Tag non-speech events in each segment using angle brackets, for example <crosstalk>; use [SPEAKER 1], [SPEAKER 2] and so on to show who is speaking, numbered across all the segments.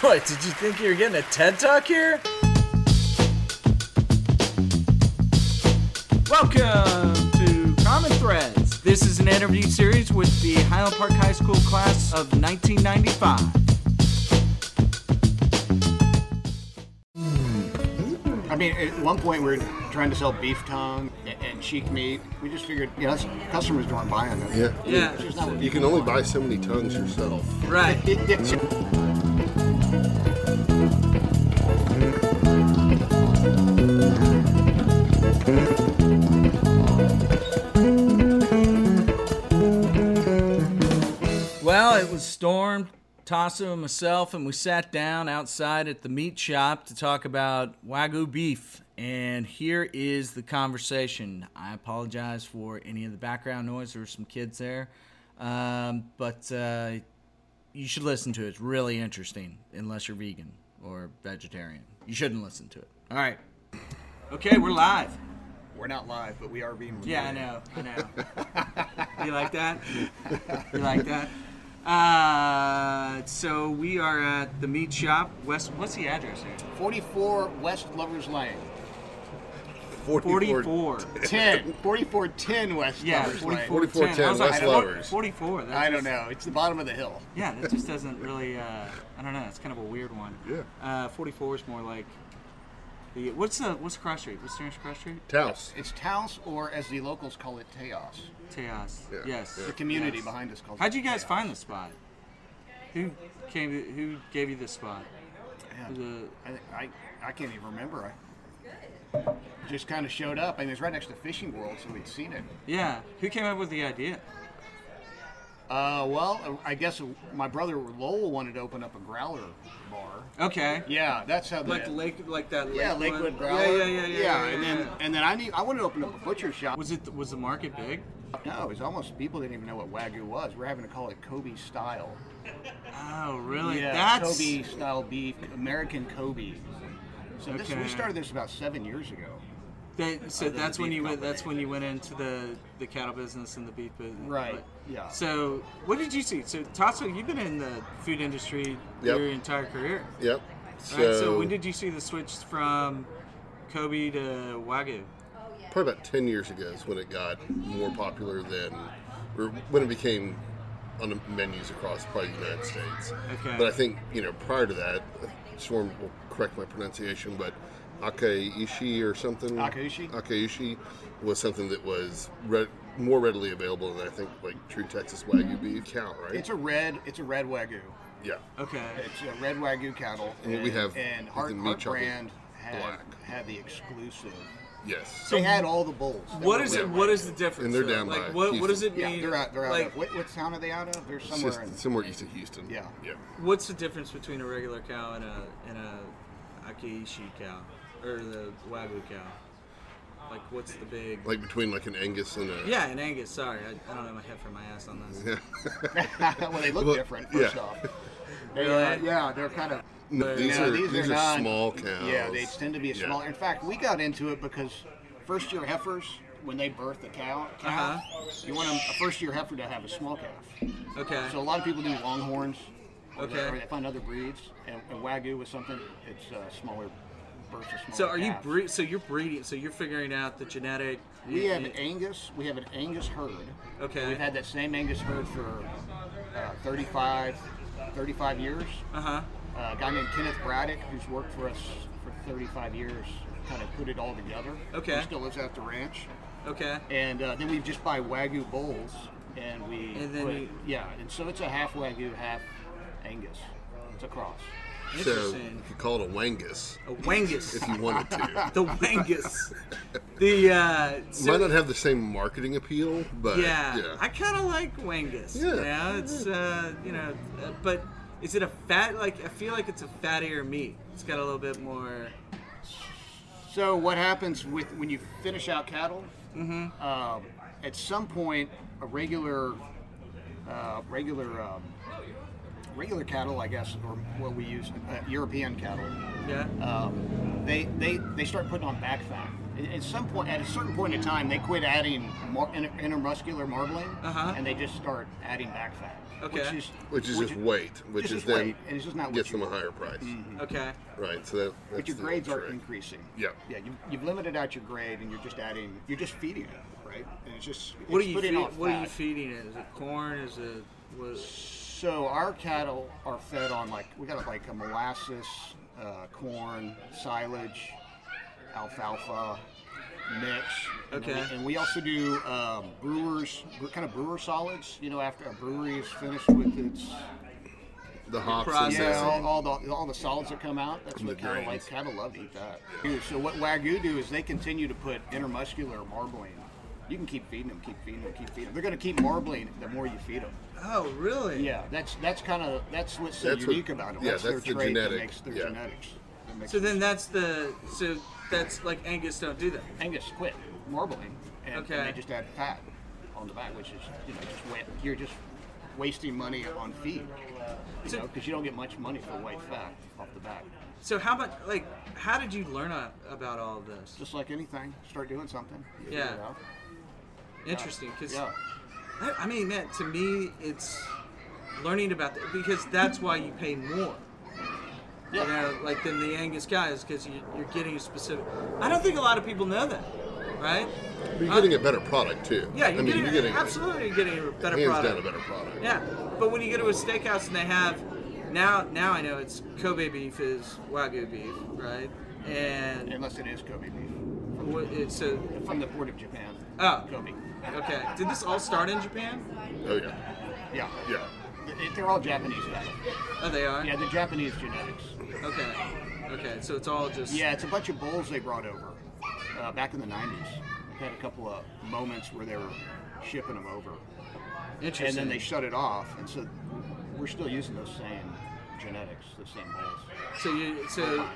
[SPEAKER 1] What, did you think you were getting a TED Talk here?
[SPEAKER 2] Welcome to Common Threads. This is an interview series with the Highland Park High School class of 1995.
[SPEAKER 3] I mean, at one point we were trying to sell beef tongue and, and cheek meat. We just figured, you know, that's, customers weren't buying it.
[SPEAKER 4] Yeah.
[SPEAKER 2] Yeah.
[SPEAKER 3] It's just not what
[SPEAKER 4] You can only buy so many tongues yourself.
[SPEAKER 2] Right. Well, it was Storm, Tasso, and myself, and we sat down outside at the meat shop to talk about Wagyu beef. And here is the conversation. I apologize for any of the background noise. There were some kids there. Um, but uh, you should listen to it. It's really interesting, unless you're vegan or vegetarian. You shouldn't listen to it. All right. Okay, we're live.
[SPEAKER 3] We're not live, but we are being recorded.
[SPEAKER 2] Yeah, I know. I know. <laughs> you like that? You like that? Uh, so we are at the meat shop. West. What's the address here?
[SPEAKER 3] 44 West Lovers <laughs> Lane.
[SPEAKER 2] 44.
[SPEAKER 3] 10. 4410 West
[SPEAKER 2] Yeah,
[SPEAKER 3] Lovers
[SPEAKER 2] 44.
[SPEAKER 3] Lane.
[SPEAKER 4] 4410
[SPEAKER 2] I was like,
[SPEAKER 4] West
[SPEAKER 2] I don't-
[SPEAKER 4] Lovers.
[SPEAKER 2] 44. That's
[SPEAKER 3] I don't
[SPEAKER 2] just-
[SPEAKER 3] know. It's the bottom of the hill.
[SPEAKER 2] Yeah, that just doesn't really. Uh, I don't know. It's kind of a weird one.
[SPEAKER 4] Yeah.
[SPEAKER 2] Uh, 44 is more like. The, what's the what's the cross street? What's the nearest cross street?
[SPEAKER 4] Taos.
[SPEAKER 3] It's Taos, or as the locals call it, Taos.
[SPEAKER 2] Teos.
[SPEAKER 4] Yeah,
[SPEAKER 2] Yes.
[SPEAKER 4] yeah.
[SPEAKER 3] The community
[SPEAKER 2] Yes.
[SPEAKER 3] behind us calls
[SPEAKER 2] How'd
[SPEAKER 3] it
[SPEAKER 2] you guys
[SPEAKER 3] Taos.
[SPEAKER 2] find the spot? Who came? Who gave you this spot? The-
[SPEAKER 3] I, I, I can't even remember. I just kind of showed up. I mean, it's right next to Fishing World, so we'd seen it.
[SPEAKER 2] Yeah. Who came up with the idea?
[SPEAKER 3] Uh, well, I guess my brother Lowell wanted to open up a growler bar.
[SPEAKER 2] Okay.
[SPEAKER 3] Yeah, that's how.
[SPEAKER 2] Like
[SPEAKER 3] the,
[SPEAKER 2] Lake, like that.
[SPEAKER 3] Yeah,
[SPEAKER 2] Lakewood-
[SPEAKER 3] Lakewood
[SPEAKER 2] Yeah,
[SPEAKER 3] Growler.
[SPEAKER 2] Yeah, yeah, yeah. yeah,
[SPEAKER 3] and
[SPEAKER 2] yeah,
[SPEAKER 3] then
[SPEAKER 2] yeah.
[SPEAKER 3] and then I need I wanted to open up a butcher shop.
[SPEAKER 2] was it was the market big?
[SPEAKER 3] No, it was almost people didn't even know what wagyu was. We're having to call it Kobe style.
[SPEAKER 2] Oh, really?
[SPEAKER 3] yeah,
[SPEAKER 2] That's
[SPEAKER 3] Kobe style beef, American Kobe. So this,
[SPEAKER 2] Okay.
[SPEAKER 3] we started this about seven years ago.
[SPEAKER 2] That, so
[SPEAKER 3] the
[SPEAKER 2] that's when
[SPEAKER 3] beef
[SPEAKER 2] you went.
[SPEAKER 3] company.
[SPEAKER 2] That's when you went into the the cattle business and the beef business.
[SPEAKER 3] Right, yeah.
[SPEAKER 2] So what did you see? So Tasso, you've been in the food industry
[SPEAKER 4] Yep.
[SPEAKER 2] your entire career.
[SPEAKER 4] Yep.
[SPEAKER 2] So,
[SPEAKER 4] So,
[SPEAKER 2] right? so when did you see the switch from Kobe to Wagyu?
[SPEAKER 4] probably about 10 years ago is when it got more popular than, or when it became on the menus across probably the United States.
[SPEAKER 2] Okay.
[SPEAKER 4] But I think, you know, prior to that, Storm will correct my pronunciation, but Akaishi or something.
[SPEAKER 3] Akaishi?
[SPEAKER 4] Akaishi was something that was re- more readily available than I think like true Texas Wagyu beef cow, right?
[SPEAKER 3] It's a red it's a red wagyu.
[SPEAKER 4] yeah.
[SPEAKER 2] Okay.
[SPEAKER 3] It's a red wagyu cattle.
[SPEAKER 4] And what we have
[SPEAKER 3] and
[SPEAKER 4] with
[SPEAKER 3] Hart,
[SPEAKER 4] the meat
[SPEAKER 3] Hart
[SPEAKER 4] chop is
[SPEAKER 3] brand had,
[SPEAKER 4] black.
[SPEAKER 3] had the exclusive.
[SPEAKER 4] Yes.
[SPEAKER 3] they had all the bulls. that
[SPEAKER 2] What
[SPEAKER 3] were
[SPEAKER 2] is
[SPEAKER 3] red
[SPEAKER 2] it? What
[SPEAKER 3] wagyu.
[SPEAKER 2] is the difference?
[SPEAKER 4] And they're
[SPEAKER 2] though?
[SPEAKER 4] down
[SPEAKER 2] like
[SPEAKER 4] by
[SPEAKER 2] what, what does it
[SPEAKER 4] Houston.
[SPEAKER 3] Yeah,
[SPEAKER 2] mean?
[SPEAKER 3] they're out. They're out.
[SPEAKER 2] like
[SPEAKER 3] of, what, what town are they out of? They're
[SPEAKER 4] It's
[SPEAKER 3] somewhere.
[SPEAKER 4] just
[SPEAKER 3] in,
[SPEAKER 4] somewhere east of Houston.
[SPEAKER 3] Yeah.
[SPEAKER 4] Yeah.
[SPEAKER 2] what's the difference between a regular cow and a and a Akiishi cow or the Wagyu cow? Like what's the big?
[SPEAKER 4] Like between like an Angus and a
[SPEAKER 2] Yeah, an Angus. Sorry, I, I don't have my head for my ass on this.
[SPEAKER 4] Yeah.
[SPEAKER 3] <laughs> well, they look
[SPEAKER 4] Well,
[SPEAKER 3] different. First
[SPEAKER 4] yeah.
[SPEAKER 3] off,
[SPEAKER 2] Really?
[SPEAKER 3] yeah, yeah, they're kind of.
[SPEAKER 4] No, these,
[SPEAKER 3] No,
[SPEAKER 4] are,
[SPEAKER 3] these
[SPEAKER 4] these,
[SPEAKER 3] are
[SPEAKER 4] are,
[SPEAKER 3] not-
[SPEAKER 4] small cows.
[SPEAKER 3] Yeah, they tend to be a
[SPEAKER 4] Yeah.
[SPEAKER 3] small. In fact, we got into it because first-year heifers, when they birth a cow, cow
[SPEAKER 4] Uh-huh.
[SPEAKER 3] you want a, a first-year heifer to have a small calf.
[SPEAKER 2] Okay.
[SPEAKER 3] So a lot of people do longhorns. Or
[SPEAKER 2] Okay.
[SPEAKER 3] They, or they find other breeds, and, and wagyu was something. It's uh, smaller. Births a smaller
[SPEAKER 2] So are you
[SPEAKER 3] calf.
[SPEAKER 2] bre- so you're breeding so you're figuring out the genetic
[SPEAKER 3] We
[SPEAKER 2] you-
[SPEAKER 3] have
[SPEAKER 2] you-
[SPEAKER 3] an Angus. We have an Angus herd.
[SPEAKER 2] Okay.
[SPEAKER 3] We've had that same Angus herd for uh, 35, 35 years.
[SPEAKER 2] uh-huh.
[SPEAKER 3] Uh, a guy named Kenneth Braddock, who's worked for us for 35 years, kind of put it all together.
[SPEAKER 2] Okay.
[SPEAKER 3] He still lives at the ranch.
[SPEAKER 2] Okay.
[SPEAKER 3] And uh, then we just buy Wagyu bulls, and we
[SPEAKER 2] And then
[SPEAKER 3] put-
[SPEAKER 2] you-
[SPEAKER 3] yeah, and so it's a half Wagyu, half Angus. It's a cross.
[SPEAKER 4] So
[SPEAKER 2] Interesting.
[SPEAKER 4] you could call it a wangus
[SPEAKER 2] a Wangus.
[SPEAKER 4] if you wanted to.
[SPEAKER 3] <laughs>
[SPEAKER 4] <laughs>
[SPEAKER 2] the Wangus. The uh so-
[SPEAKER 4] Might not have the same marketing appeal, but
[SPEAKER 2] yeah,
[SPEAKER 4] yeah.
[SPEAKER 2] I kind of like Wangus. You
[SPEAKER 4] Yeah.
[SPEAKER 2] know, it's uh, you know, uh, but is it a fat? Like I feel like it's a fattier meat. It's got a little bit more.
[SPEAKER 3] So what happens with when you finish out cattle? Um, at some point, a regular, uh, regular, um, regular cattle, I guess, or what we use, uh, European cattle,
[SPEAKER 2] Yeah.
[SPEAKER 3] um, they, they they start putting on back fat. at- at some point, at a certain point in time, they quit adding mar- inter- intermuscular marbling,
[SPEAKER 2] Uh-huh.
[SPEAKER 3] and they just start adding back fat,
[SPEAKER 2] Okay.
[SPEAKER 3] which is
[SPEAKER 4] Which is just weight, which
[SPEAKER 3] just
[SPEAKER 4] is then
[SPEAKER 3] weight, and it's just not what
[SPEAKER 4] gets
[SPEAKER 3] you Mm-hmm.
[SPEAKER 4] them a higher price,
[SPEAKER 2] Okay.
[SPEAKER 4] right? So that that's
[SPEAKER 3] But your
[SPEAKER 4] the
[SPEAKER 3] grades are
[SPEAKER 4] trick.
[SPEAKER 3] increasing.
[SPEAKER 4] Yeah.
[SPEAKER 3] Yeah, you, you've limited out your grade, and you're just adding, you're just feeding it, right? And it's just
[SPEAKER 2] What
[SPEAKER 3] it's
[SPEAKER 2] are you
[SPEAKER 3] putting
[SPEAKER 2] feed,
[SPEAKER 3] off
[SPEAKER 2] What are you
[SPEAKER 3] fat.
[SPEAKER 2] feeding it? Is it corn? Is it was?
[SPEAKER 3] So our cattle are fed on like we got like a molasses, uh, corn, silage, alfalfa mix. you know,
[SPEAKER 2] Okay.
[SPEAKER 3] and we also do um, brewers, bre- kind of brewer solids. You know, after a brewery is finished with its
[SPEAKER 4] The hops
[SPEAKER 2] process.
[SPEAKER 4] and
[SPEAKER 3] yeah,
[SPEAKER 4] the,
[SPEAKER 3] all, all the all the solids that come out. That's
[SPEAKER 4] And
[SPEAKER 3] what
[SPEAKER 4] the
[SPEAKER 3] cattle
[SPEAKER 4] grains.
[SPEAKER 3] like. Cattle love to eat that. Dude, so what wagyu do is they continue to put intermuscular marbling. You can keep feeding them, keep feeding them, keep feeding them. They're going to keep marbling the more you feed them.
[SPEAKER 2] Oh, really?
[SPEAKER 3] Yeah, that's that's kind of that's what's so
[SPEAKER 4] That's what-
[SPEAKER 3] unique about them.
[SPEAKER 4] yeah,
[SPEAKER 3] that's,
[SPEAKER 4] that's
[SPEAKER 3] their
[SPEAKER 4] the
[SPEAKER 3] trait
[SPEAKER 4] genetic-
[SPEAKER 3] That makes their
[SPEAKER 4] yeah.
[SPEAKER 3] genetics. That makes
[SPEAKER 2] So then
[SPEAKER 3] them-
[SPEAKER 2] that's the so that's like Angus don't do that.
[SPEAKER 3] Angus quit marbling, and, and
[SPEAKER 2] Okay.
[SPEAKER 3] they just add fat on the back, which is you know just wet. You're just wasting money on feed, you
[SPEAKER 2] So-
[SPEAKER 3] know, because you don't get much money for white fat off the back.
[SPEAKER 2] So how about like how did you learn a, about all of this?
[SPEAKER 3] Just like anything, start doing something. you figure
[SPEAKER 2] Yeah.
[SPEAKER 3] it out.
[SPEAKER 2] Interesting, because
[SPEAKER 3] uh, Yeah.
[SPEAKER 2] I, I mean, man, to me, it's learning about that because that's why you pay more. You
[SPEAKER 3] Yeah.
[SPEAKER 2] know, like than the Angus guy is because you, you're getting a specific. I don't think a lot of people know that, right?
[SPEAKER 4] But you're getting a better product too.
[SPEAKER 2] Yeah, you're
[SPEAKER 4] I mean,
[SPEAKER 2] getting,
[SPEAKER 4] you're getting
[SPEAKER 2] absolutely you're getting a better
[SPEAKER 4] hands
[SPEAKER 2] product.
[SPEAKER 4] down a better product.
[SPEAKER 2] Yeah, but when you go to a steakhouse and they have now, now I know it's Kobe beef is Wagyu beef, right? And
[SPEAKER 3] Unless it is Kobe beef
[SPEAKER 2] what, it's a
[SPEAKER 3] from the port of Japan.
[SPEAKER 2] Oh.
[SPEAKER 3] Kobe.
[SPEAKER 2] okay. Did this all start in Japan?
[SPEAKER 4] Oh yeah,
[SPEAKER 3] Yeah.
[SPEAKER 4] yeah.
[SPEAKER 3] They- They're all Japanese guys.
[SPEAKER 2] Oh, they are.
[SPEAKER 3] Yeah, the Japanese genetics.
[SPEAKER 2] Okay. Okay. So it's all just.
[SPEAKER 3] Yeah, it's a bunch of bulls they brought over uh, back in the 90s. Had a couple of moments where they were shipping them over.
[SPEAKER 2] Interesting.
[SPEAKER 3] And then they shut it off. And so we're still using those same genetics, the same bulls.
[SPEAKER 2] So you so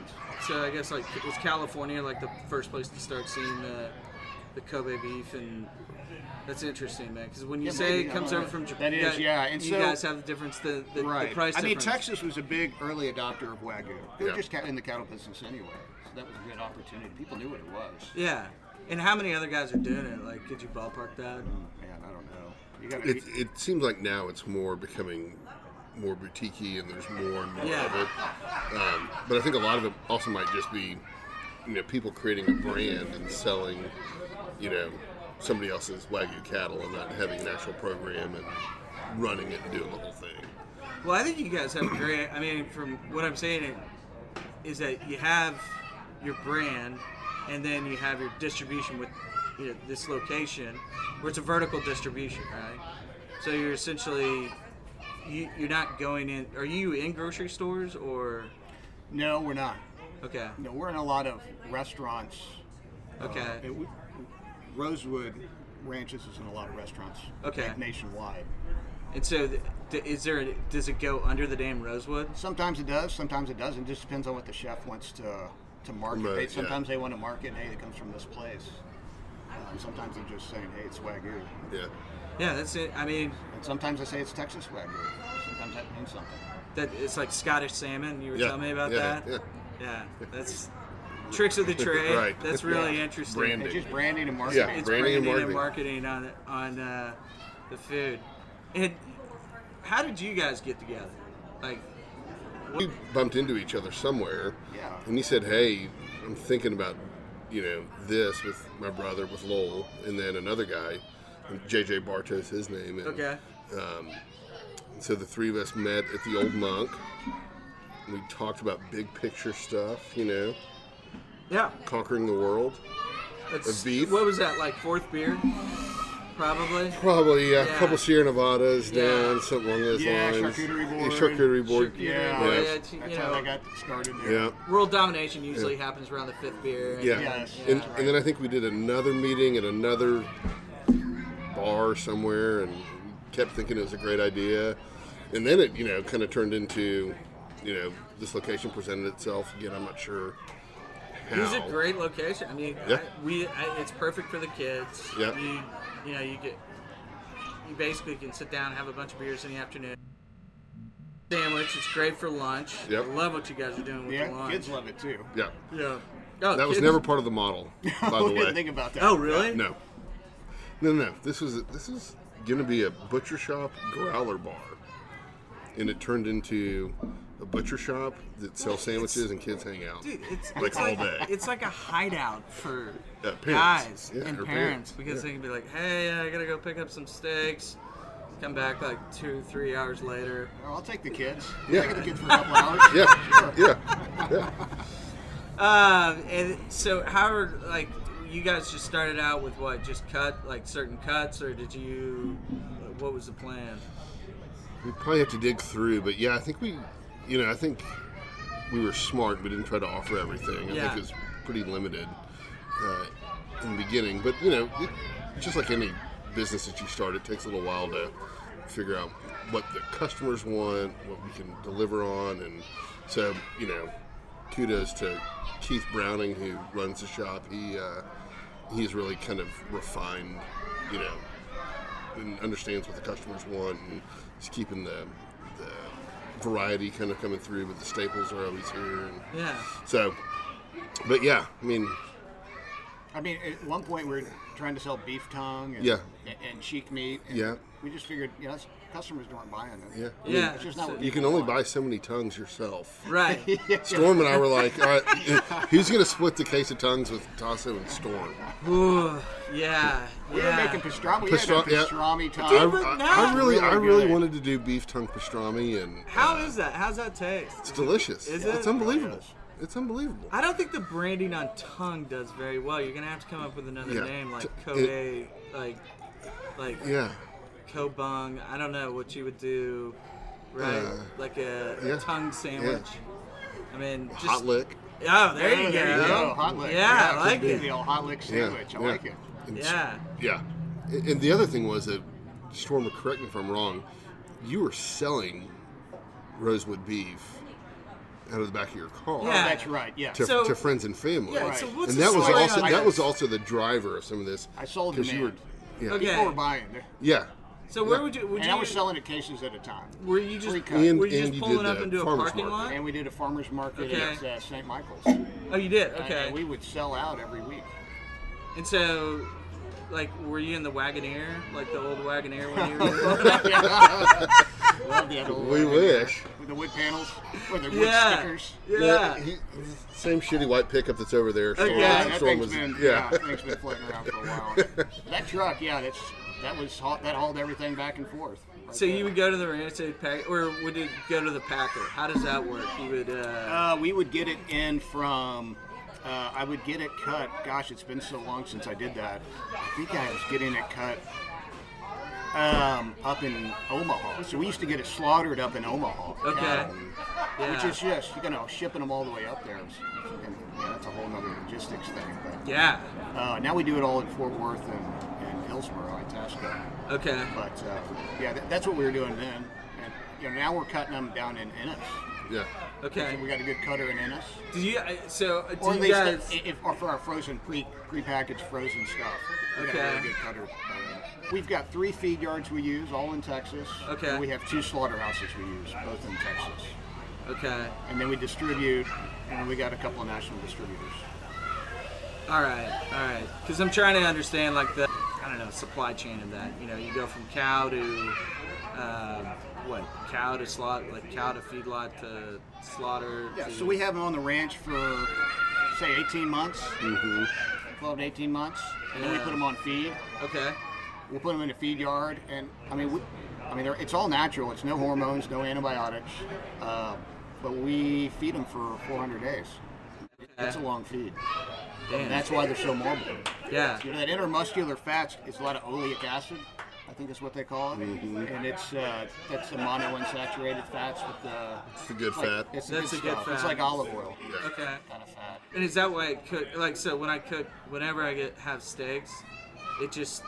[SPEAKER 2] so I guess like it was California like the first place to start seeing the the Kobe beef and that's interesting, man. Because when you
[SPEAKER 3] Yeah,
[SPEAKER 2] say
[SPEAKER 3] maybe,
[SPEAKER 2] it comes
[SPEAKER 3] uh,
[SPEAKER 2] over from Japan,
[SPEAKER 3] that is, yeah, and
[SPEAKER 2] you
[SPEAKER 3] so-
[SPEAKER 2] guys have the difference the the, the price
[SPEAKER 3] I mean,
[SPEAKER 2] difference.
[SPEAKER 3] Texas was a big early adopter of Wagyu. They were
[SPEAKER 4] Yeah.
[SPEAKER 3] just ca- in the cattle business anyway. So that was a good opportunity. People knew what it was.
[SPEAKER 2] Yeah, and how many other guys are doing it? Like, could you ballpark that?
[SPEAKER 3] Man, I don't know. You gotta
[SPEAKER 4] It, it seems like now it's more becoming more boutique and there's more and more
[SPEAKER 2] Yeah.
[SPEAKER 4] of it. Um, but I think a lot of it also might just be, you know, people creating a brand and selling, you know, somebody else's Wagyu cattle and not having an actual program and running it and doing the whole thing.
[SPEAKER 2] Well, I think you guys have a great. I mean, from what I'm saying, it, is that you have your brand, and then you have your distribution with you know, this location, where it's a vertical distribution, right? So you're essentially you, you're not going in. Are you in grocery stores or?
[SPEAKER 3] no, we're not.
[SPEAKER 2] Okay.
[SPEAKER 3] No, we're in a lot of restaurants.
[SPEAKER 2] Okay.
[SPEAKER 3] It, we, Rosewood Ranches is in a lot of restaurants.
[SPEAKER 2] Okay.
[SPEAKER 3] na- Nationwide.
[SPEAKER 2] And so, th- th- is there? a- Does it go under the damn rosewood?
[SPEAKER 3] Sometimes it does. Sometimes it doesn't. Just depends on what the chef wants to to market.
[SPEAKER 4] Right,
[SPEAKER 3] They-
[SPEAKER 4] yeah.
[SPEAKER 3] sometimes they want to market. Hey, it comes from this place. Um, sometimes they're just saying, hey, it's wagyu.
[SPEAKER 4] Yeah.
[SPEAKER 2] Yeah, that's it. I mean,
[SPEAKER 3] And sometimes they say it's Texas wagyu. Sometimes that means something.
[SPEAKER 2] that it's like Scottish salmon. You were
[SPEAKER 4] Yeah,
[SPEAKER 2] telling me about
[SPEAKER 4] yeah,
[SPEAKER 2] that.
[SPEAKER 4] yeah.
[SPEAKER 2] Yeah, that's tricks of the trade.
[SPEAKER 4] Right.
[SPEAKER 2] That's really
[SPEAKER 3] Yeah.
[SPEAKER 2] interesting.
[SPEAKER 4] Branding.
[SPEAKER 3] It's just branding and marketing.
[SPEAKER 4] Yeah.
[SPEAKER 2] It's
[SPEAKER 4] Branding
[SPEAKER 2] branding,
[SPEAKER 4] and
[SPEAKER 2] and marketing on on uh, the food. And how did you guys get together? Like,
[SPEAKER 4] We bumped into each other somewhere.
[SPEAKER 3] Yeah.
[SPEAKER 4] And he said, "Hey, I'm thinking about, you know, this with my brother with Lowell, and then another guy, JJ Bartos, his name." And,
[SPEAKER 2] okay,
[SPEAKER 4] Um, so the three of us met at the old monk. We talked about big picture stuff, you know,
[SPEAKER 2] yeah,
[SPEAKER 4] conquering the world.
[SPEAKER 2] that's
[SPEAKER 4] A beef?
[SPEAKER 2] What was that like? Fourth beer, probably.
[SPEAKER 4] Probably uh,
[SPEAKER 2] Yeah.
[SPEAKER 4] a couple Sierra Nevadas
[SPEAKER 2] Yeah.
[SPEAKER 4] down, something along those
[SPEAKER 3] Yeah,
[SPEAKER 4] lines.
[SPEAKER 3] charcuterie
[SPEAKER 4] Yeah,
[SPEAKER 3] board.
[SPEAKER 4] charcuterie board.
[SPEAKER 2] Charcuterie
[SPEAKER 3] Yeah.
[SPEAKER 2] board,
[SPEAKER 4] Yeah.
[SPEAKER 2] it's,
[SPEAKER 3] That's
[SPEAKER 2] you
[SPEAKER 3] how
[SPEAKER 2] know,
[SPEAKER 3] they got started there.
[SPEAKER 4] Yeah.
[SPEAKER 2] world domination usually happens around the fifth beer.
[SPEAKER 4] Yeah.
[SPEAKER 3] Yes.
[SPEAKER 4] And,
[SPEAKER 3] Yeah.
[SPEAKER 4] and then I think we did another meeting at another bar somewhere and kept thinking it was a great idea. And then it, you know, kind of turned into, you know, this location presented itself. Again, I'm not sure. How.
[SPEAKER 2] It's a great location. I mean,
[SPEAKER 4] Yeah.
[SPEAKER 2] I, we I, it's perfect for the kids.
[SPEAKER 4] Yeah.
[SPEAKER 2] You, you know, you get you basically can sit down, have a bunch of beers in the afternoon. Sandwich. It's great for lunch.
[SPEAKER 4] Yep.
[SPEAKER 2] I love what you guys are doing with the
[SPEAKER 3] Yeah,
[SPEAKER 2] lunch. <laughs>
[SPEAKER 3] kids love it too.
[SPEAKER 4] Yeah.
[SPEAKER 2] Yeah. Oh,
[SPEAKER 4] that was
[SPEAKER 2] kidding.
[SPEAKER 4] never part of the model,
[SPEAKER 3] <laughs>
[SPEAKER 4] by the
[SPEAKER 3] we didn't
[SPEAKER 4] way.
[SPEAKER 3] think about that.
[SPEAKER 2] Oh, really?
[SPEAKER 4] No, no, no. This was this is going to be a butcher shop growler bar, and it turned into a butcher shop that sells sandwiches and kids hang out.
[SPEAKER 2] Dude, it's
[SPEAKER 4] Like
[SPEAKER 2] it's
[SPEAKER 4] all
[SPEAKER 2] like,
[SPEAKER 4] day.
[SPEAKER 2] It's like a hideout for
[SPEAKER 4] Uh, parents.
[SPEAKER 2] guys
[SPEAKER 4] Yeah,
[SPEAKER 2] and
[SPEAKER 4] or
[SPEAKER 2] parents,
[SPEAKER 4] parents.
[SPEAKER 2] because
[SPEAKER 4] Yeah.
[SPEAKER 2] they can be like, "Hey, I gotta go pick up some steaks." Come back like two, three hours later.
[SPEAKER 3] Well, I'll take the kids. Yeah.
[SPEAKER 4] Yeah.
[SPEAKER 3] I'll take the kids for a couple hours.
[SPEAKER 4] Yeah, <laughs> yeah.
[SPEAKER 2] Um, and so Howard, like, you guys just started out with what? Just cut like certain cuts, or did you? What was the plan?
[SPEAKER 4] We probably have to dig through, but yeah, I think we, you know, I think we were smart. We didn't try to offer everything. I
[SPEAKER 2] Yeah.
[SPEAKER 4] think it's pretty limited uh, in the beginning, but you know, it, just like any business that you start, it takes a little while to figure out what the customers want, what we can deliver on, and so you know, kudos to Keith Browning who runs the shop. He uh, he's really kind of refined, you know, and understands what the customers want and is keeping the, the variety kind of coming through but the staples are always here and
[SPEAKER 2] Yeah.
[SPEAKER 4] so but yeah i mean
[SPEAKER 3] I mean, at one point we were trying to sell beef tongue and,
[SPEAKER 4] Yeah.
[SPEAKER 3] and cheek meat. and
[SPEAKER 4] Yeah.
[SPEAKER 3] We just figured, you know, that's- customers weren't buying it.
[SPEAKER 4] Yeah.
[SPEAKER 3] I mean,
[SPEAKER 2] Yeah,
[SPEAKER 3] It's just not
[SPEAKER 2] so-
[SPEAKER 3] what
[SPEAKER 4] you
[SPEAKER 3] people
[SPEAKER 4] can only
[SPEAKER 3] want.
[SPEAKER 4] buy so many tongues yourself <laughs>
[SPEAKER 2] Right.
[SPEAKER 4] storm and i were like all right <laughs> who's going to split the case of tongues with tasso and storm
[SPEAKER 2] Ooh, yeah.
[SPEAKER 3] We were
[SPEAKER 2] yeah.
[SPEAKER 3] making pastrami. We
[SPEAKER 4] Pastra-
[SPEAKER 3] had a
[SPEAKER 4] yeah.
[SPEAKER 3] pastrami
[SPEAKER 4] I,
[SPEAKER 3] tongue.
[SPEAKER 2] but
[SPEAKER 4] I-
[SPEAKER 2] now-
[SPEAKER 4] I really i
[SPEAKER 3] Really
[SPEAKER 4] really
[SPEAKER 3] good.
[SPEAKER 4] wanted to do beef tongue pastrami and
[SPEAKER 2] How
[SPEAKER 4] uh,
[SPEAKER 2] is that? How's that taste?
[SPEAKER 4] it's delicious
[SPEAKER 2] Is it?
[SPEAKER 4] it's unbelievable it's unbelievable
[SPEAKER 2] I don't think the branding on tongue does very well. You're gonna have to come up with another
[SPEAKER 4] Yeah.
[SPEAKER 2] name like
[SPEAKER 4] T-
[SPEAKER 2] Kobe, like like
[SPEAKER 4] yeah
[SPEAKER 2] Kobung. I don't know what you would do, right?
[SPEAKER 4] Uh,
[SPEAKER 2] like a, a
[SPEAKER 4] yeah.
[SPEAKER 2] tongue sandwich. I mean, just,
[SPEAKER 4] hot lick
[SPEAKER 2] Oh, there you go.
[SPEAKER 3] There you go. Hot lick.
[SPEAKER 2] Yeah, I
[SPEAKER 3] it
[SPEAKER 2] like
[SPEAKER 3] could be
[SPEAKER 2] it.
[SPEAKER 3] The old hot lick
[SPEAKER 4] yeah,
[SPEAKER 3] sandwich. I
[SPEAKER 4] yeah.
[SPEAKER 3] like it.
[SPEAKER 4] And
[SPEAKER 2] Yeah.
[SPEAKER 4] Yeah. And and the other thing was that, Stormer, correct me if I'm wrong, you were selling rosewood beef out of the back of your car
[SPEAKER 2] Yeah.
[SPEAKER 3] That's right. Yeah.
[SPEAKER 4] to,
[SPEAKER 2] So-
[SPEAKER 4] to friends and family.
[SPEAKER 2] Yeah.
[SPEAKER 3] Right.
[SPEAKER 2] So what's
[SPEAKER 4] and
[SPEAKER 2] the
[SPEAKER 4] that was
[SPEAKER 2] story
[SPEAKER 4] also
[SPEAKER 2] on
[SPEAKER 4] that was also the driver of some of this.
[SPEAKER 3] I sold
[SPEAKER 4] because you were,
[SPEAKER 3] demand.
[SPEAKER 4] yeah,
[SPEAKER 2] Okay.
[SPEAKER 3] People were buying. They're-
[SPEAKER 4] yeah,
[SPEAKER 2] So where would you? Would
[SPEAKER 3] And
[SPEAKER 2] you
[SPEAKER 3] I was selling it cases at a time.
[SPEAKER 2] were you just
[SPEAKER 3] free cut.
[SPEAKER 2] were
[SPEAKER 4] And-
[SPEAKER 2] you
[SPEAKER 4] and
[SPEAKER 2] just
[SPEAKER 4] you
[SPEAKER 2] pulling
[SPEAKER 4] did
[SPEAKER 2] up
[SPEAKER 4] the
[SPEAKER 2] into a
[SPEAKER 4] farmer's
[SPEAKER 2] parking
[SPEAKER 4] market.
[SPEAKER 2] lot?
[SPEAKER 3] And we did a farmer's market at
[SPEAKER 2] Okay.
[SPEAKER 3] uh, St. Michael's. And-
[SPEAKER 2] Oh, you did. Okay.
[SPEAKER 3] And we would sell out every
[SPEAKER 2] <laughs>
[SPEAKER 3] week. <laughs>
[SPEAKER 2] And so, like, were you in the Wagoneer, like the old Wagoneer when you
[SPEAKER 3] <laughs>
[SPEAKER 2] were?
[SPEAKER 3] Love the old-
[SPEAKER 4] we wish.
[SPEAKER 3] With the wood panels, with the wood
[SPEAKER 2] yeah.
[SPEAKER 3] stickers.
[SPEAKER 2] Yeah.
[SPEAKER 4] he, same shitty white pickup that's over there. Storm,
[SPEAKER 2] Yeah,
[SPEAKER 3] Yeah,
[SPEAKER 2] that
[SPEAKER 3] that
[SPEAKER 4] Storm
[SPEAKER 3] thing's
[SPEAKER 4] was,
[SPEAKER 3] been yeah,
[SPEAKER 4] yeah,
[SPEAKER 3] that thing's been floating around for a
[SPEAKER 4] <laughs>
[SPEAKER 3] while. that truck, yeah, that's that was haul- that hauled everything back and forth. right
[SPEAKER 2] So you
[SPEAKER 3] there.
[SPEAKER 2] would go to the Ranch Pack, or would it go to the Packer? How does that work? You would. Uh,
[SPEAKER 3] Uh, we would get it in from. Uh, I would get it cut. Gosh, it's been so long since I did that. I think I was getting it cut um, up in Omaha. So we used to get it slaughtered up in Omaha.
[SPEAKER 2] Okay.
[SPEAKER 3] cattle,
[SPEAKER 2] yeah.
[SPEAKER 3] Uh, Which is just you know shipping them all the way up there. And, yeah, that's a whole nother logistics thing. But
[SPEAKER 2] yeah.
[SPEAKER 3] uh, now we do it all in Fort Worth and, and Hillsboro, Itasca.
[SPEAKER 2] Okay.
[SPEAKER 3] But uh, yeah, that, that's what we were doing then. And you know, now we're cutting them down in Ennis.
[SPEAKER 4] yeah.
[SPEAKER 2] Okay.
[SPEAKER 3] We got a good cutter in Ennis.
[SPEAKER 2] Did you? I- So uh,
[SPEAKER 3] Or
[SPEAKER 2] do
[SPEAKER 3] at
[SPEAKER 2] you
[SPEAKER 3] least
[SPEAKER 2] guys?
[SPEAKER 3] i- if, or for our frozen pre prepackaged frozen stuff. We got a
[SPEAKER 2] Okay.
[SPEAKER 3] really good cutter. down there. We've got three feed yards we use, all in Texas.
[SPEAKER 2] Okay.
[SPEAKER 3] And we have two slaughterhouses we use, both in Texas.
[SPEAKER 2] Okay.
[SPEAKER 3] And then we distribute, and we got a couple of national distributors.
[SPEAKER 2] All right, all right. Because I'm trying to understand like the I don't know supply chain of that. You know, you go from cow to uh, what? Cow to slaughter, like cow to feedlot to slaughter.
[SPEAKER 3] Yeah,
[SPEAKER 2] to-
[SPEAKER 3] so we have them on the ranch for, say, 18 months, Mm-hmm. 12 to 18 months. And then we
[SPEAKER 2] Yeah.
[SPEAKER 3] put them on feed.
[SPEAKER 2] okay.
[SPEAKER 3] We'll put them in a feed yard, and I mean, we, I mean, they're, it's all natural. It's no hormones, no antibiotics. Uh, but we feed them for 400 days. That's a long feed,
[SPEAKER 2] Damn.
[SPEAKER 3] and that's why they're so morbid.
[SPEAKER 2] yeah.
[SPEAKER 3] You know, that intermuscular fats is a lot of oleic acid. I think that's what they call it,
[SPEAKER 2] Mm-hmm.
[SPEAKER 3] and it's uh, that's the monounsaturated fats with the.
[SPEAKER 4] It's a good
[SPEAKER 3] Like,
[SPEAKER 4] fat.
[SPEAKER 3] It's
[SPEAKER 2] That's a good
[SPEAKER 3] stuff. It's
[SPEAKER 2] fat.
[SPEAKER 3] like olive oil
[SPEAKER 2] Okay.
[SPEAKER 3] kind of fat.
[SPEAKER 2] And is that why I cook? Like, so when I cook, whenever I get have steaks, it just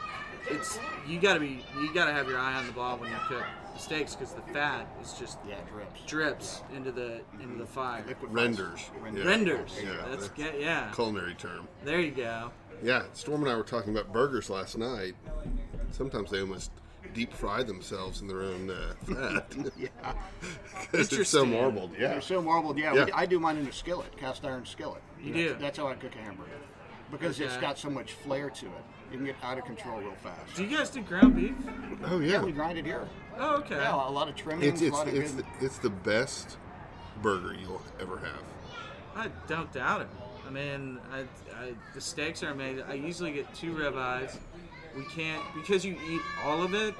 [SPEAKER 2] it's you gotta be you gotta have your eye on the ball when you cook the steaks because the fat is just
[SPEAKER 3] Yeah, it drips.
[SPEAKER 2] drips into the into the fire.
[SPEAKER 3] Liquid
[SPEAKER 4] Renders.
[SPEAKER 3] Renders.
[SPEAKER 4] Yeah.
[SPEAKER 2] Renders.
[SPEAKER 4] Yeah,
[SPEAKER 2] That's
[SPEAKER 4] that's-
[SPEAKER 2] good. Yeah.
[SPEAKER 4] Culinary term.
[SPEAKER 2] There you go.
[SPEAKER 4] Yeah, Storm and I were talking about burgers last night. Sometimes they almost deep fry themselves in their own uh, fat.
[SPEAKER 3] <laughs>
[SPEAKER 4] <laughs>
[SPEAKER 3] Yeah,
[SPEAKER 4] Because it's so
[SPEAKER 2] Interesting.
[SPEAKER 4] marbled. Yeah.
[SPEAKER 3] they're so marbled. Yeah,
[SPEAKER 4] Yeah.
[SPEAKER 3] We, I do mine in a skillet, cast iron skillet.
[SPEAKER 2] You
[SPEAKER 3] that's,
[SPEAKER 2] do?
[SPEAKER 3] That's how I cook a hamburger because it's
[SPEAKER 2] Okay.
[SPEAKER 3] got so much flair to it. You can get out of control real fast.
[SPEAKER 2] Do you guys do ground beef?
[SPEAKER 4] Oh
[SPEAKER 3] yeah,
[SPEAKER 4] yeah.
[SPEAKER 3] we grind it here.
[SPEAKER 2] Oh, okay.
[SPEAKER 3] Yeah, a lot of trimmings,
[SPEAKER 4] It's
[SPEAKER 3] a
[SPEAKER 4] it's
[SPEAKER 3] lot of
[SPEAKER 4] it's
[SPEAKER 3] good.
[SPEAKER 4] the, it's the best burger you'll ever have.
[SPEAKER 2] I don't doubt it. I mean, I, I, the steaks are amazing. I usually get two ribeyes. We can't because you eat all of it.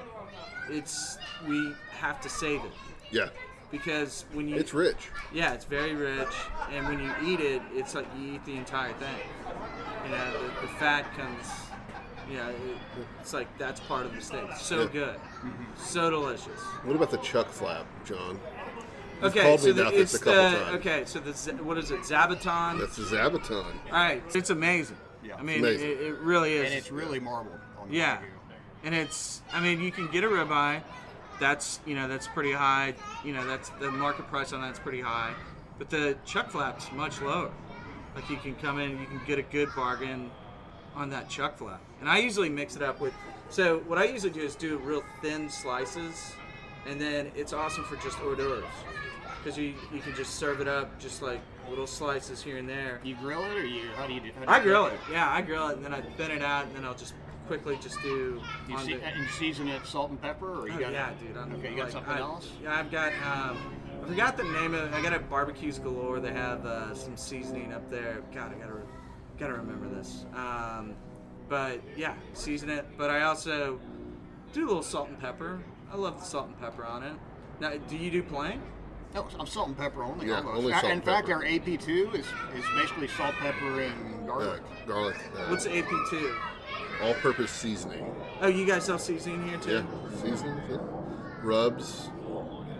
[SPEAKER 2] It's we have to save it
[SPEAKER 4] Yeah.
[SPEAKER 2] because when you
[SPEAKER 4] It's rich.
[SPEAKER 2] yeah, it's very rich, and when you eat it, it's like you eat the entire thing. You know, the, the fat comes. Yeah, it, it's like that's part of the steak. So
[SPEAKER 4] Yeah. Mm-hmm.
[SPEAKER 2] good, so delicious.
[SPEAKER 4] What about the chuck flap, John?
[SPEAKER 2] Okay,
[SPEAKER 4] called
[SPEAKER 2] so
[SPEAKER 4] me
[SPEAKER 2] the,
[SPEAKER 4] about this
[SPEAKER 2] it's
[SPEAKER 4] a couple
[SPEAKER 2] the
[SPEAKER 4] times.
[SPEAKER 2] okay, so the z- what is it? Zabaton.
[SPEAKER 4] That's the zabaton.
[SPEAKER 2] All right, it's amazing.
[SPEAKER 3] Yeah.
[SPEAKER 2] I mean,
[SPEAKER 4] Amazing.
[SPEAKER 2] It, it really is.
[SPEAKER 3] and it's really marbled. On the
[SPEAKER 2] yeah,
[SPEAKER 3] wagyu.
[SPEAKER 2] and it's. I mean, you can get a ribeye. That's you know that's pretty high. You know that's the market price on that's pretty high, but the chuck flap's much lower. Like you can come in, you can get a good bargain on that chuck flap. And I usually mix it up with. So what I usually do is do real thin slices, and then it's awesome for just hors d'oeuvres because you you can just serve it up just like little slices here and there.
[SPEAKER 3] You grill it, or you? How do you do? How do
[SPEAKER 2] I
[SPEAKER 3] you
[SPEAKER 2] grill
[SPEAKER 3] cook
[SPEAKER 2] it. Yeah, I grill it, and then I thin it out, and then I'll just quickly just do.
[SPEAKER 3] You
[SPEAKER 2] on
[SPEAKER 3] see,
[SPEAKER 2] the-
[SPEAKER 3] and you season it salt and pepper, or you
[SPEAKER 2] oh,
[SPEAKER 3] got
[SPEAKER 2] yeah, dude. I'm,
[SPEAKER 3] okay, you got
[SPEAKER 2] like,
[SPEAKER 3] something
[SPEAKER 2] I,
[SPEAKER 3] else.
[SPEAKER 2] Yeah, I've got. Um, I forgot the name of. it. I got at barbecues galore. They have uh, some seasoning up there. God, I gotta, re- gotta remember this. Um, but yeah, season it. But I also do a little salt and pepper. I love the salt and pepper on it. Now, do you do plain?
[SPEAKER 3] No, I'm salt and pepper only.
[SPEAKER 4] Yeah,
[SPEAKER 3] almost.
[SPEAKER 4] only
[SPEAKER 3] Uh,
[SPEAKER 4] salt
[SPEAKER 3] In
[SPEAKER 4] and
[SPEAKER 3] fact,
[SPEAKER 4] pepper.
[SPEAKER 3] our AP two is is basically salt, pepper, and
[SPEAKER 4] Uh,
[SPEAKER 3] garlic.
[SPEAKER 4] garlic. uh,
[SPEAKER 2] What's AP2?
[SPEAKER 4] all-purpose seasoning?
[SPEAKER 2] Oh, you guys sell seasoning here too.
[SPEAKER 4] Yeah, seasonings. Yeah. Rubs.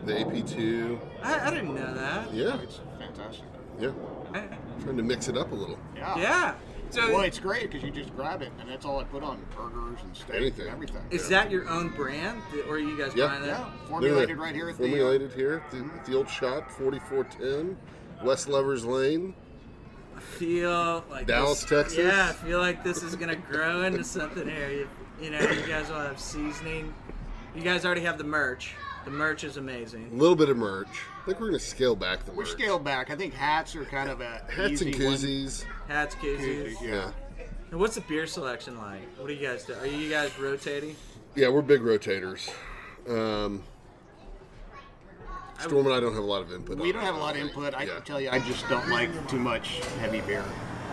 [SPEAKER 4] The AP2.
[SPEAKER 2] I, I didn't know that.
[SPEAKER 4] Yeah,
[SPEAKER 3] It's fantastic.
[SPEAKER 4] yeah.
[SPEAKER 2] I-
[SPEAKER 4] Trying to mix it up a little.
[SPEAKER 3] Yeah.
[SPEAKER 2] yeah. So
[SPEAKER 3] Well, it's great because you just grab it, and that's all I put on burgers and steak
[SPEAKER 4] Anything.
[SPEAKER 3] and everything.
[SPEAKER 2] Is that your own brand, Th- or are you guys
[SPEAKER 4] Yeah.
[SPEAKER 2] buying that?
[SPEAKER 3] yeah,
[SPEAKER 4] Look
[SPEAKER 3] formulated
[SPEAKER 4] at that.
[SPEAKER 3] right here at the. uh, Mm-hmm.
[SPEAKER 4] formulated here at the, at the old shop, 4410 West Lovers Lane.
[SPEAKER 2] Feel like
[SPEAKER 4] Dallas,
[SPEAKER 2] this-
[SPEAKER 4] Texas?
[SPEAKER 2] Yeah, I feel like this is gonna grow into something here. You, you know, you guys will have seasoning. You guys already have the merch. The merch is
[SPEAKER 4] A
[SPEAKER 2] amazing.
[SPEAKER 4] little bit of merch. I think we're going to scale back the
[SPEAKER 3] We're
[SPEAKER 4] merch.
[SPEAKER 3] uh, scaled back. I think hats are kind of a
[SPEAKER 4] <laughs> Hats
[SPEAKER 3] easy
[SPEAKER 4] and
[SPEAKER 3] one.
[SPEAKER 4] koozies.
[SPEAKER 2] Hats,
[SPEAKER 4] <laughs>
[SPEAKER 2] koozies.
[SPEAKER 3] Koozies,
[SPEAKER 4] Yeah.
[SPEAKER 2] And what's the beer selection like? What do you guys do? Are you guys rotating?
[SPEAKER 4] Yeah, we're big rotators. Um, Storm and I don't have a lot of input.
[SPEAKER 3] We
[SPEAKER 4] on
[SPEAKER 3] don't
[SPEAKER 4] it,
[SPEAKER 3] have a lot of
[SPEAKER 4] think.
[SPEAKER 3] input. I
[SPEAKER 4] Yeah.
[SPEAKER 3] can tell you, I just don't like too much heavy beer,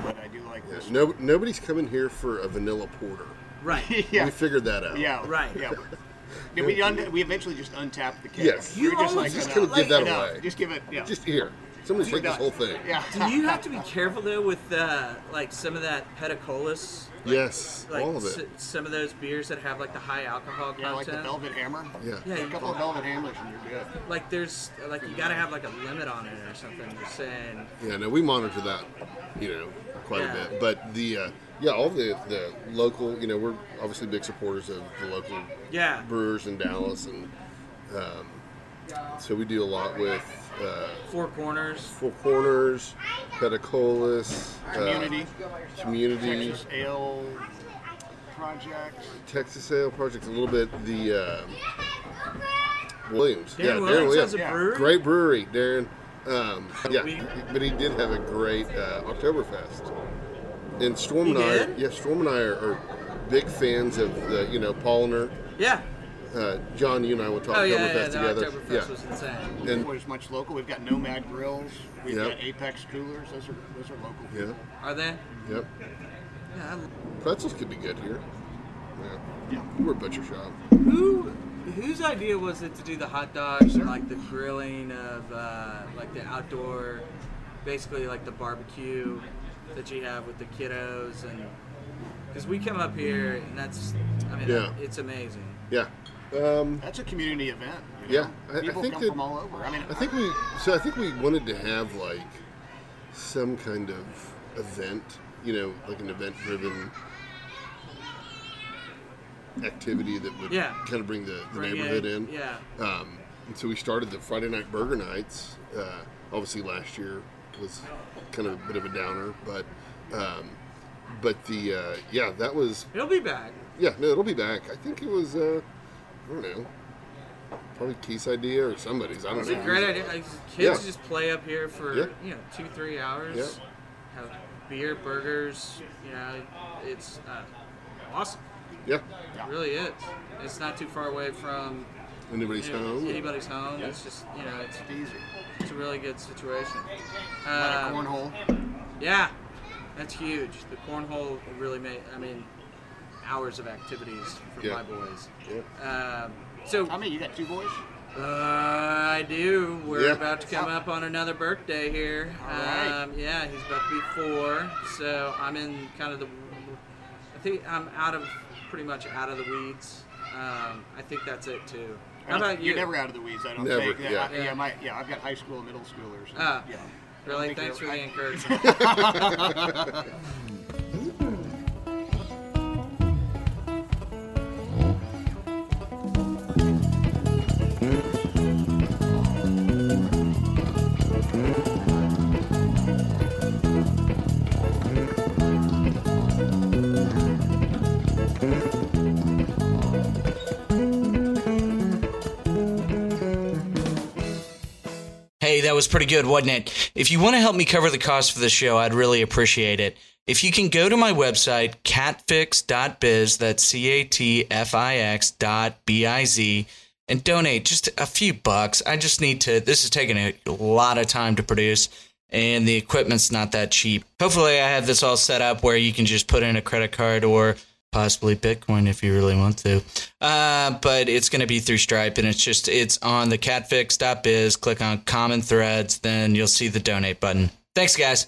[SPEAKER 3] but I do like this. <laughs>
[SPEAKER 4] No, nobody's coming here for a vanilla porter.
[SPEAKER 2] Right.
[SPEAKER 4] We
[SPEAKER 3] Yeah,
[SPEAKER 4] figured that out.
[SPEAKER 3] yeah,
[SPEAKER 2] Right.
[SPEAKER 3] Yeah. Yeah, we, un- we eventually just untapped the can.
[SPEAKER 4] Yes.
[SPEAKER 3] We were
[SPEAKER 2] You almost
[SPEAKER 4] just
[SPEAKER 3] enough,
[SPEAKER 4] couldn't give that
[SPEAKER 3] enough.
[SPEAKER 4] away.
[SPEAKER 3] Just give it. Yeah.
[SPEAKER 4] Just here. Somebody take this whole thing.
[SPEAKER 3] Yeah.
[SPEAKER 2] <laughs> Do you have to be careful though with uh, like some of that pedicolis?
[SPEAKER 4] Yes,
[SPEAKER 2] Like
[SPEAKER 4] all of it.
[SPEAKER 2] s- some of those beers that have like the high alcohol content.
[SPEAKER 3] Yeah, like the Velvet Hammer.
[SPEAKER 4] Yeah.
[SPEAKER 2] Yeah,
[SPEAKER 3] A couple of Velvet Hammers and you're good.
[SPEAKER 2] like there's like you gotta have like a limit on it or something. You're saying
[SPEAKER 4] Yeah, no, we monitor that, you know, quite
[SPEAKER 2] Yeah.
[SPEAKER 4] a bit. But the uh, yeah, all the the local, you know, we're obviously big supporters of the local
[SPEAKER 2] yeah,
[SPEAKER 4] brewers in Dallas, and um, so we do a lot with uh,
[SPEAKER 2] four corners.
[SPEAKER 4] Four Corners, Petacolis, uh,
[SPEAKER 3] Community,
[SPEAKER 4] Community,
[SPEAKER 3] Texas Ale Project.
[SPEAKER 4] Texas Ale Project, a little bit the uh, Williams.
[SPEAKER 2] Darren Williams has a
[SPEAKER 3] yeah.
[SPEAKER 2] brewery.
[SPEAKER 4] Great brewery, Darren. Um, yeah,
[SPEAKER 2] We-
[SPEAKER 4] but he did have a great uh, Oktoberfest. And Storm
[SPEAKER 2] He
[SPEAKER 4] and I,
[SPEAKER 2] did?
[SPEAKER 4] yeah, Storm and I are, are big fans of the, you know, Polliner.
[SPEAKER 2] Yeah.
[SPEAKER 4] Uh, John, you and I went to Oktoberfest
[SPEAKER 2] Oh yeah, yeah. The
[SPEAKER 4] together.
[SPEAKER 2] Oktoberfest
[SPEAKER 4] yeah,
[SPEAKER 2] was insane.
[SPEAKER 4] and
[SPEAKER 3] There's much local. We've got Nomad Grills. We've
[SPEAKER 4] Yep.
[SPEAKER 3] got Apex Coolers. Those are those are local.
[SPEAKER 4] yeah,
[SPEAKER 2] Are they?
[SPEAKER 4] yep.
[SPEAKER 2] Yeah.
[SPEAKER 4] Pretzels could be good here. Yeah,
[SPEAKER 3] Yeah.
[SPEAKER 4] we're a butcher shop.
[SPEAKER 2] I- Who? Whose idea was it to do the hot dogs and like the grilling of uh, like the outdoor, basically like the barbecue that you have with the kiddos and because we come up here and that's I mean
[SPEAKER 4] Yeah.
[SPEAKER 2] it's amazing.
[SPEAKER 4] Yeah, um,
[SPEAKER 3] That's a community event. you
[SPEAKER 4] Yeah,
[SPEAKER 3] know?
[SPEAKER 4] I- I
[SPEAKER 3] people
[SPEAKER 4] think
[SPEAKER 3] come
[SPEAKER 4] that-
[SPEAKER 3] from all over. I mean,
[SPEAKER 4] I think we so I think we wanted to have like some kind of event, you know, like an event driven activity that would
[SPEAKER 2] Yeah.
[SPEAKER 4] kind of bring the, the
[SPEAKER 2] Bring
[SPEAKER 4] neighborhood
[SPEAKER 2] it-
[SPEAKER 4] in.
[SPEAKER 2] Yeah.
[SPEAKER 4] Um, and so we started the Friday night burger nights. Uh, obviously last year was kind of a bit of a downer, but um, but the uh, yeah, that was
[SPEAKER 2] It'll be back.
[SPEAKER 4] yeah, no, it'll be back. I think it was uh, I don't know. Probably Keith's idea or somebody's. I don't
[SPEAKER 2] It's
[SPEAKER 4] know.
[SPEAKER 2] a great idea. Like,
[SPEAKER 4] Yeah.
[SPEAKER 2] kids just play up here for
[SPEAKER 4] Yeah.
[SPEAKER 2] you know two, three hours.
[SPEAKER 4] Yeah.
[SPEAKER 2] Have beer, burgers. You know, it's uh, awesome.
[SPEAKER 4] Yeah.
[SPEAKER 2] It really is. It's not too far away from
[SPEAKER 4] Anybody's
[SPEAKER 2] you know,
[SPEAKER 4] home.
[SPEAKER 2] anybody's home. It's just you know, it's,
[SPEAKER 3] Easy.
[SPEAKER 2] it's a really good situation.
[SPEAKER 3] A lot
[SPEAKER 2] Um,
[SPEAKER 3] of cornhole.
[SPEAKER 2] Yeah, that's huge. The cornhole really made. I mean, hours of activities for
[SPEAKER 4] Yeah.
[SPEAKER 2] my boys.
[SPEAKER 4] Yeah.
[SPEAKER 2] Um, so
[SPEAKER 3] How many? You got two boys?
[SPEAKER 2] uh, I do. We're
[SPEAKER 4] Yeah.
[SPEAKER 2] about to come up on another birthday here.
[SPEAKER 3] All right.
[SPEAKER 2] Um, yeah, he's about to be four. So I'm in kind of the. I think I'm out of pretty much out of the weeds. Um, I think that's it too. How
[SPEAKER 3] I don't-
[SPEAKER 2] about you?
[SPEAKER 3] You're never out of the weeds, I don't
[SPEAKER 4] Never,
[SPEAKER 3] think.
[SPEAKER 4] yeah.
[SPEAKER 3] I, yeah, my, yeah, I've got high school and middle schoolers. and-
[SPEAKER 2] Ah,
[SPEAKER 3] yeah.
[SPEAKER 2] Really?
[SPEAKER 3] I don't
[SPEAKER 2] Thanks
[SPEAKER 3] think
[SPEAKER 2] for
[SPEAKER 3] you're-
[SPEAKER 2] the
[SPEAKER 3] I-
[SPEAKER 2] encouragement.
[SPEAKER 5] Hey, that was pretty good, wasn't it? If you want to help me cover the cost for the show, I'd really appreciate it. If you can go to my website, catfix.biz, that's C A T F I X dot B I Z, and donate just a few bucks. I just need to, this is taking a lot of time to produce, and the equipment's not that cheap. Hopefully, I have this all set up where you can just put in a credit card or possibly Bitcoin if you really want to. Uh, but it's going to be through Stripe, and it's just it's on the catfix.biz. Click on common threads, then you'll see the donate button. Thanks, guys.